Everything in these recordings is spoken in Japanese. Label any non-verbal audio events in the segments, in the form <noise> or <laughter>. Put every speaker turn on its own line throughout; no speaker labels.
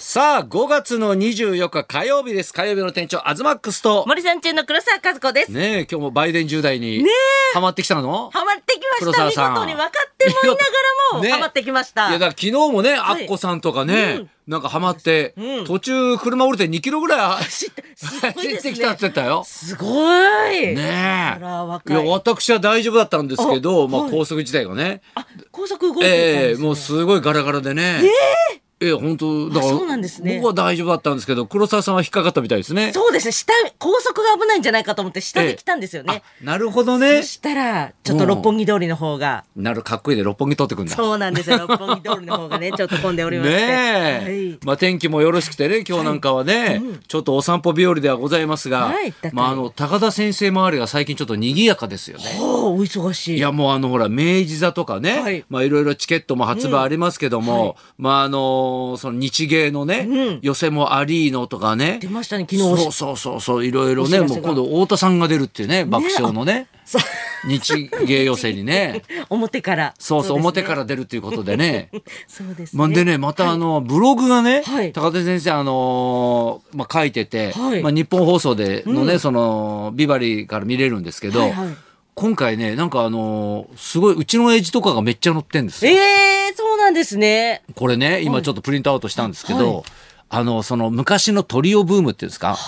さあ、5月の24日火曜日です。火曜日の店長、アズマックスと、
森さん中の黒沢和子です。
ねえ、今日もバイデン10代に
ね、
ハマってきたの、
ハマってきま
黒
した。
沢
見
さん
事に分かってもいながらも、
ね
ハマってきました。
いや、だから昨日もね、ア
い
ッコさんとかね、
うん
なんかハマって、
うん
途中車降りて2キロぐらい走っ
すごいです
て
ね
きたって言った
<laughs>
よ。
すごい。
ねえ。
あら
い
若
や、
い
私は大丈夫だったんですけど、
あ
まあ
はい
高速自体がね、
あ、高速動いてたん
え
で
え
す、ね。
もうすごいガラガラでね。ええ本当だから
あそうなんですね
僕は大丈夫だったんですけど黒沢さんは引っかかったみたいですね。
そうですね。下高速が危ないんじゃないかと思って下で来たんですよね。
あなるほどね
そしたらちょっと六本木通りの方が、
なるかっこいいで六本木取ってくんだ。
そうなんですよ。六本木通りの方が
<laughs>
ね、ちょっと混んでおりまして。
ねえ、
はい
まあ天気もよろしくてね今日なんかはね、ちょっとお散歩日和ではございますが、
はいだから
まああの高田先生周りが最近ちょっと賑やかですよね。
はあ、お忙しい。
いやもうあのほら明治座とかね、
はい
まあいろいろチケットも発売ありますけども、まああのーその日芸のね、
うん
寄せもアリーノとかね
出ましたね昨日
そうそうそうそういろいろね
お
も
知ら
う
せが
今度太田さんが出るっていうね爆笑のね
そう <laughs>
日芸寄せにね
表から。。
そうそう表からら出るっていうことでね
そうですね。
まあ、でね、またあの、ブログがね、
はい
高手先生、あのーまあ、書いてて、
はい
まあ、日本放送でのね、その、ビバリーから見れるんですけど、
はいはい
今回ね、なんかあのーすごい、うちのエイジとかがめっちゃ載ってんですよ。
ええそうなんですね。
これね、今ちょっとプリントアウトしたんですけど、
は
あの、その、昔のトリオブームっていうんですか、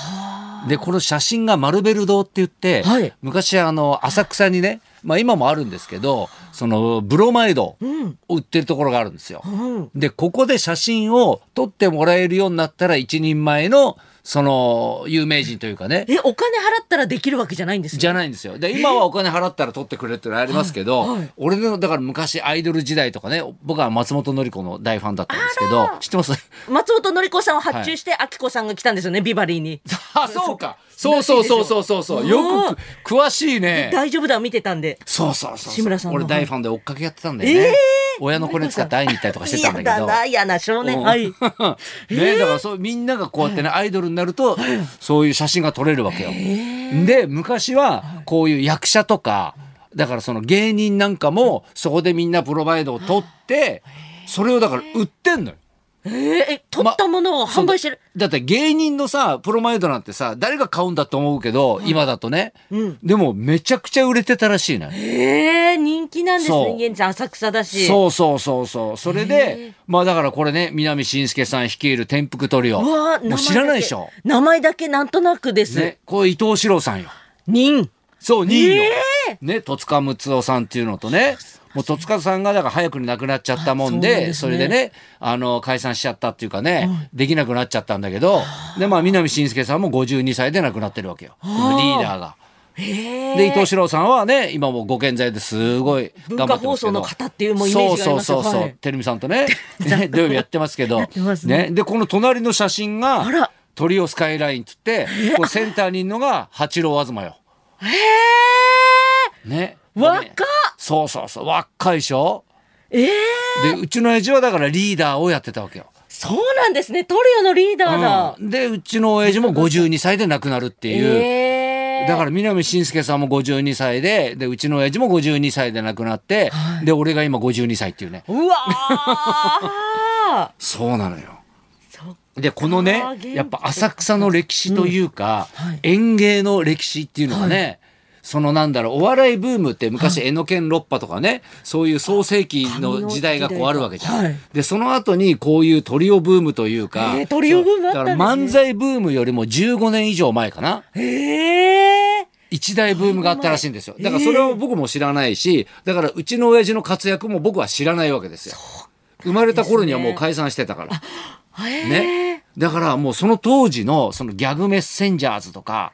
で、この写真がマルベル堂って言って、
はい
昔あの、浅草にね、まあ今もあるんですけど、その、ブロマイド
うん。
を売ってるところがあるんですよ。
うん。
で、ここで写真を撮ってもらえるようになったら一人前の、その、有名人というかね、
え、お金払ったらできるわけじゃないんですね
じゃないんですよ。で、今はお金払ったら撮ってくれってのありますけど、
はいはい
俺の、だから昔アイドル時代とかね、僕は松本のり子の大ファンだったんですけど、知ってます <laughs>
松本のり子さんを発注して、あきこさんが来たんですよね、ビバリーに。
あ、そうか。そうそうそうそうそうそう。よくく、詳しいね。
<laughs> 大丈夫だ、見てたんで。
そうそうそうそう。
志村さんの
俺大ファンで追っかけやってたんだよね。
えー
親の子に使って会いに行ったりとかしてたんだけ
嫌だ
ど。
な、嫌な少
<laughs>
年。はい。
うんね、だからそうみんながこうやってね、アイドルになると、そういう写真が撮れるわけよ。で昔はこういう役者とかだからその芸人なんかもそこでみんなプロバイドを撮ってそれをだから売ってんのよ。
えー、え、取ったものを販売してる。
だって芸人のさプロマイドなんてさ誰が買うんだと思うけど今だとね、
うん
でもめちゃくちゃ売れてたらしいな、
えー、人気なんです
そう
ね、現地浅草だし。
そうそうそうそうそれでまあだからこれね南信介さん率いる転覆トリオ
うわー名前
も
だ
う
け
知らないでしょ
名前だけなんとなくです。
ね、これ伊藤四郎さんよ。
人。
そう、2位よ。
え
ね、戸塚睦夫さんっていうのとね、もう戸塚さんがだから早くに亡くなっちゃったもん
あそうなん
で、
です
そ
ね
れでね、あの、解散しちゃったっていうかね、できなくなっちゃったんだけど、で、まあ、南信介さんも52歳で亡くなってるわけよ。リ
あ
ーダーが。
えー、
で、伊藤四郎さんはね、今もうご健在ですごい頑張ってますけど
文化放送の方っていうもうイメージがあります
そうそうそう
は
そう
い。
てるみさんと
<laughs>
ね、ね土曜日やってますけど。
てますね
で、この隣の写真
あ
が
ら、
トリオスカイラインって言って、こうセンターにいるのが八郎東よ。
え
ね。
ー、若っ
そうそうそう、若いでしょ
えー、
で、うちの親父はだからリーダーをやってたわけよ。
そうなんですね、トリオのリーダーだ。
うんで、うちの親父も52歳で亡くなるっていう。
えー、
だから南信介さんも52歳で、で、うちの親父も52歳で亡くなって、で、俺が今52歳っていうね。
うわ
<laughs>
ー
そうなのよ。
そっ
で、このね
あー元、気
やっぱ浅草の歴史というか、
はい
園芸の歴史っていうのがね、そのなんだろう、お笑いブームって昔、江ノ県六波とかね、そういう創世紀の時代がこうあるわけじゃん。
はい
で、その後にこういうトリオブームというか、
えートリオブームあったんで
そ
すね
うだから漫才ブームよりも15年以上前かな。
ええ
一大ブームがあったらしいんですよ。だからそれを僕も知らないし、だからうちの親父の活躍も僕は知らないわけですよ。生まれた頃にはもう解散してたから。ね。だからもうその当時のそのギャグメッセンジャーズとか、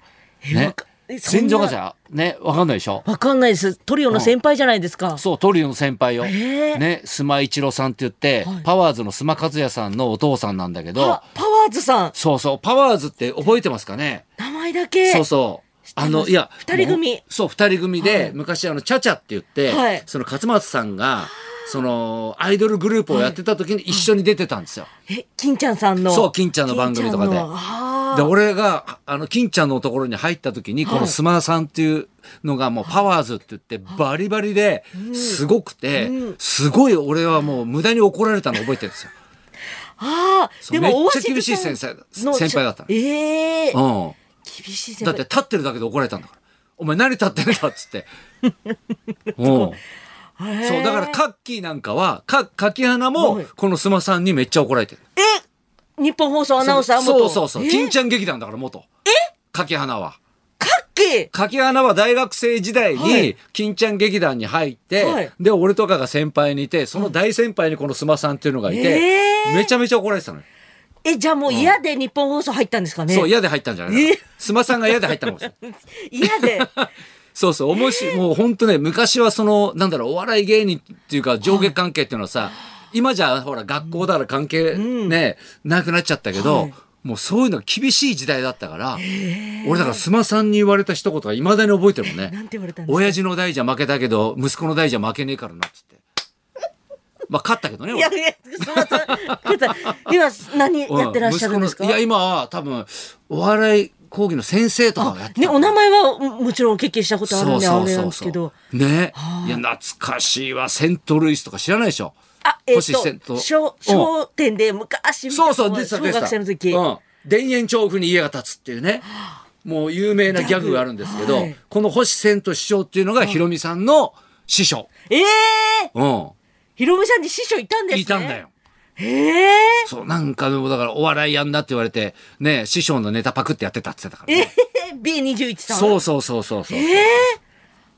ね
わか。えそんな
先祖がさ、ね、わかんないでしょ
わかんないです。トリオの先輩じゃないですか。
そう、トリオの先輩よ。
へえ
ね、須磨一郎さんって言って、
はい
パワーズの須磨和也さんのお父さんなんだけど
あ、、パワーズさん。
そうそう、パワーズって覚えてますかね
名前だけ。
そうそう。あの、いや、
二人組
もうそう、二人組で、
はい
昔、あの、チャチャって言って、
はい
その勝松さんが、その、アイドルグループをやってた時に一緒に出てたんですよ。
え、金ちゃんさんの。
そう金ちゃんの番組とかで
金ちゃんのあー
で、俺が、あの、金ちゃんのところに入った時に、このスマさんっていうのがもうパワーズって言って、バリバリで、
<laughs>
すごくて、すごい俺はもう無駄に怒られたの覚えてるんですよ。
ああ
そ
で
うめっ
も
ち
大
ゃ厳しい先生
の
先輩だったの
ええ
うん
厳しい先
だ
輩
って立ってるだけで怒られたんだからお前何立ってんだっつって
<laughs>
うんそうだから
へえ
カッキーなんかはか柿花も
はい
この須磨さんにめっちゃ怒られてる
え日本放送アナウンサー元
そうそうそう
え
金ちゃん劇団だから元え柿花は
かっけ
柿花は大学生時代
は
に
い
金ちゃん劇団に入って、
はい
で俺とかが先輩にいてその大先輩にこの須磨さんっていうのがいて、
えー
めちゃめちゃ怒られてたのよ、
ええじゃあもう嫌で日本放送入ったんですかね
そう嫌で入ったんじゃない
え
かな須磨さんが嫌で入ったのかもしれない
嫌で
<laughs> そうそう、おもし、もう本当ね、昔はその、なんだろう、お笑い芸人っていうか、上下関係っていうのはさ、今じゃ、ほら、学校だから関係ね、なくなっちゃったけど、
はい
もうそういうの厳しい時代だったから、俺だから、須磨さんに言われた一言が未だに覚えてるもん
なん
ね。
て言われたんですか
親父の代じゃ負けたけど、息子の代じゃ負けねえからな、っつって。まあ、勝ったけどね、
い
俺
やいやすいません福田さん <laughs> 今何やってらっしゃるんですか
うん息子のいや、今は多分、お笑い講義の先生とかをやってた
ね、お名前はももちろんお聞きしたことあるんであれなんですけど
ね、い、や懐かしいわセントルイスとか知らないでしょ
あえっ、
星セント
と商商店で昔見た
そうそう出てた
小
出て
学
た
生の時、
うん、田園調布に家が建つっていうねもう有名なギャグがあるんですけど、
ギャグはい
この星千と師匠っていうのがひろみさんの師匠、
ええ
うん、
ひろみさんに師匠いたんですね
いたんだよ
ええ
そうなんかでもだからお笑いやんなって言われてね師匠のネタパクってやってたって言ってたから、
え
ね、
え B21 さん
そううそうそうそうそう、
ええ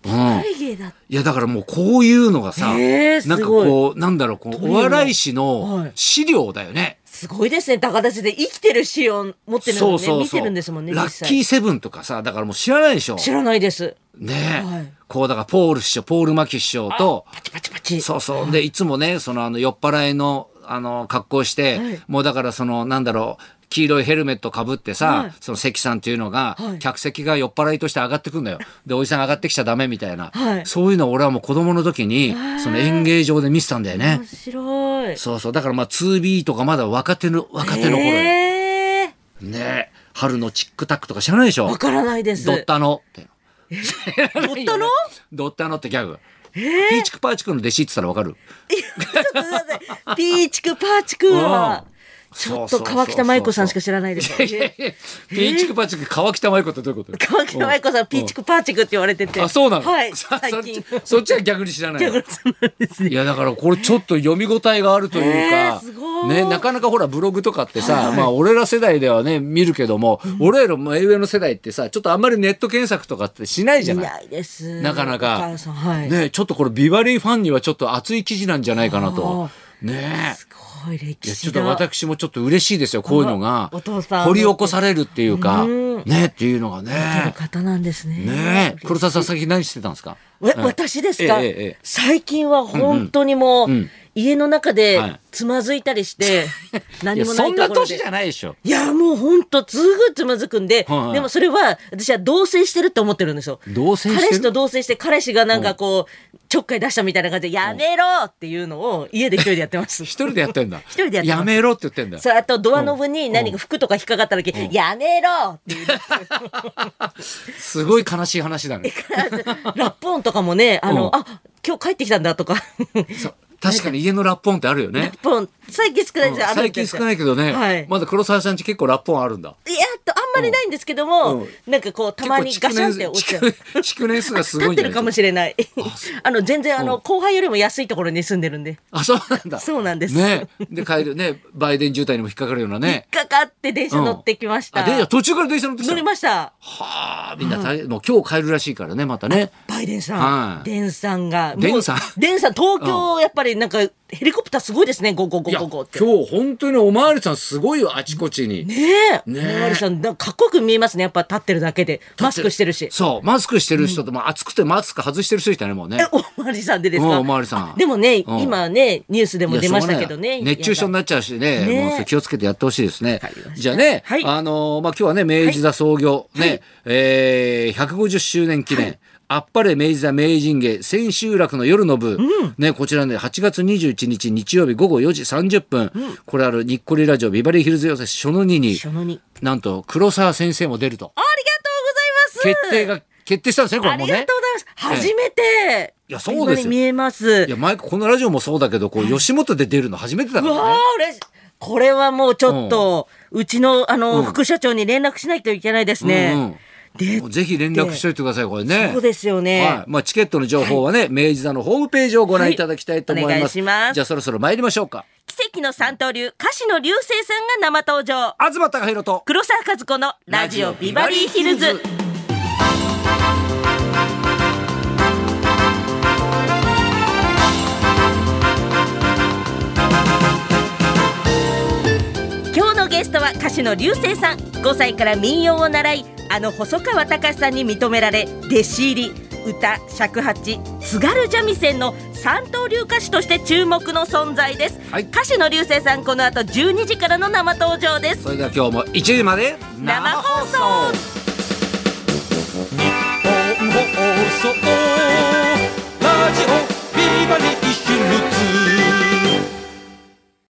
うん、
会芸だっ
いやだからもうこういうのがさ、
えーすご
ないんかこうなんだろうこう
いう
お
の
笑い師
は
の
い
資料だよね、
すごいですね高田市で生きてる資を持ってるのをね見てるんですもんね
ラ
実
ッキ
際
ーセブンとかさだからもう知らないでしょ
知らないです
ねえ、
はい
こうだからポール師匠ポールマキ師匠と
パチパチパチ
そうそうでいつもねそのあの酔っ払いのあの格好して、
はい
もうだからそのなんだろう黄色いヘルメットかぶってさ、
はい
その関さんっていうのが、
はい
客席が酔っ払いとして上がってくんだよでおじさん上がってきちゃダメみたいな、
はい
そういうのを俺はもう子供の時に
ー
その演芸場で見てたんだよね
面白い
そうそうだからまあ 2B とかまだ若手の若手の頃よ、
ええ
ねえ春のチックタックとか知らないでしょ
わからないです
ドッタノって。
ドットの
ドッタノってギャグ。ピーチクパーチクの弟子って言ったらわかる。
ちょっと待ってピーチクパーチクは
うん、
ちょっと川北舞子さんしか知らないです。
いやいや <laughs> ピーチクパーチク川北舞子ってどういうこと
川北舞子さん、ピーチクパーチクって言われてて。
あ、そうなの
はい、
さ
最
そ
近
っ。ちそっちは逆に知らないの。
そうなんですね
いやだからこれちょっと読み応えがあるという
へ
か
ーすご、い
ね、なかなかほらブログとかってさ、まあ俺ら世代ではね見るけども、俺らの目上の世代ってさちょっとあんまりネット検索とかってしないじゃ
い
ない
ないです。
なかな
お
か
母さん、はい。
ねちょっとこれビバリーファンにはちょっと熱い記事なんじゃないかなと
あ。
ね
すごい
い
歴
やちょ
史
っと
だ。
私もちょっと嬉しいですよこういうのが
あお父さん
掘り起こされるっていうか
うん
ねっていうのが
の
ね
方なんですね。
ね黒沢さん最近何してたんですか
え私ですか、
ええええ
最近は本当にもう、
うんうん
家の中
はい
でつまずいたりして、
<laughs> い
何
や
もな
そ
い
ん
と
な
ころ
年
で
じゃないでしょ
いや、もうほんと、すぐつまずくんで、
はいはい
でもそれは、私は同棲してるって思ってるんですよ。
同棲してる
彼氏と同棲して、彼氏がなんかこう、ちょっかい出したみたいな感じで、やめろっていうのを家で一人でやってます。
一 <laughs> 人でやってん
<laughs>
だ一
人でやってます
やめろって言ってんだ
そう、あとドアノブに何か服とか引っかかった時、やめろっていう、
すごい悲しい話だね
ラップ音とかもね、あ
うん
の、あ、今日帰ってきたんだとか、
そう確かに家のラッポンってあるよね
ラップ音、最近少ないじゃん、。
最近少ないいけど
は
ね
い
まだ黒沢さんち結構ラッポンあるんだ
いや、とあんまりないんですけども、
うんうん
なんかこう、たまに
結
ガ
構
シャンって落ちちゃう。
築年築年数がす
立
ごい
っ
んじ
て
ゃな
る
い
かもしれない。 <laughs> あの、全然あの、後輩よりも安いところに住んでるんで。
あそうなんだ
そうなんです
ねで帰るねバイデン渋滞にも引っかかるようなね
かかって電車乗ってきました。
あで途中から電車乗ってきた
乗
の
りました。
はあみんな大変、もう今日帰るらしいからねまたね
バイデン
は
さん、
い
デンさんが、もう
デンさん
デンさん、東京、やっぱりなんか、ヘリコプターすごいですね、ゴーゴーゴ
いや
ーゴーゴー
今
って。
日本当におまわりさんすごいよあちこちに、
ねえ、
ね
ね
え
えさん、なんかかっこよく見えますね、やっぱ立ってるだけで。マスクしてるし。
そうマスクしてる人と、まあ暑くてマスク外してる人いたねもうね
え、 <laughs> おまわりさんでです
うん
か
お巡りさん
あでもね、
うん
今ね、ニュースでも出ましたけど
いやしょうがない
ね。
熱中症に
な
なっちゃうしね、
ね
もうそれ気をつけてやってほしいですね
かりまし。た
じゃあね、
はい
あのーまあ、今日はね、明治座創業、ね、えー、150周年記念、あっぱれ明治座名人芸千秋楽の夜の部、ね、こちらね、8月21日日曜日午後4時30分、これあるにっこりラジオビバリーヒルズ寄せ初の2に
一、緒のに。
なんと黒沢先生も出ると。
ありがとうございます
決定が、決定したんですね、これ
あ
もう
りが
ね
と。うございます。初めて、
いやそうですよ
今に見えます
い。や、前、このラジオもそうだけど、こう、吉本で出るの初めてだ
う
からね
わ。ー、嬉しい。これはもうちょっと、うちの、あの、副社長に連絡しないといけないですね。
うんうん、ぜひ連絡しといてくださいこれね
そうですよね。
はいまあ、チケットの情報はね、明治座のホームページをご覧いただきたいと思います,、
はいお願いします
じゃあそろそろ参りましょうか
奇跡の三刀流、歌手の流星さんが生登場。
東貴博と
黒沢和子のラジオビバリーヒルズ。今日のゲストは歌手の流星さん5歳から民謡を習いあの細川隆さんに認められ弟子入り歌尺八津軽三味線の三刀流歌手として注目の存在です、
はい
歌手の流星さんこの後12時からの生登場です
それでは今日も1時まで
生放送
日本放送ラジオビバリーヒルズ」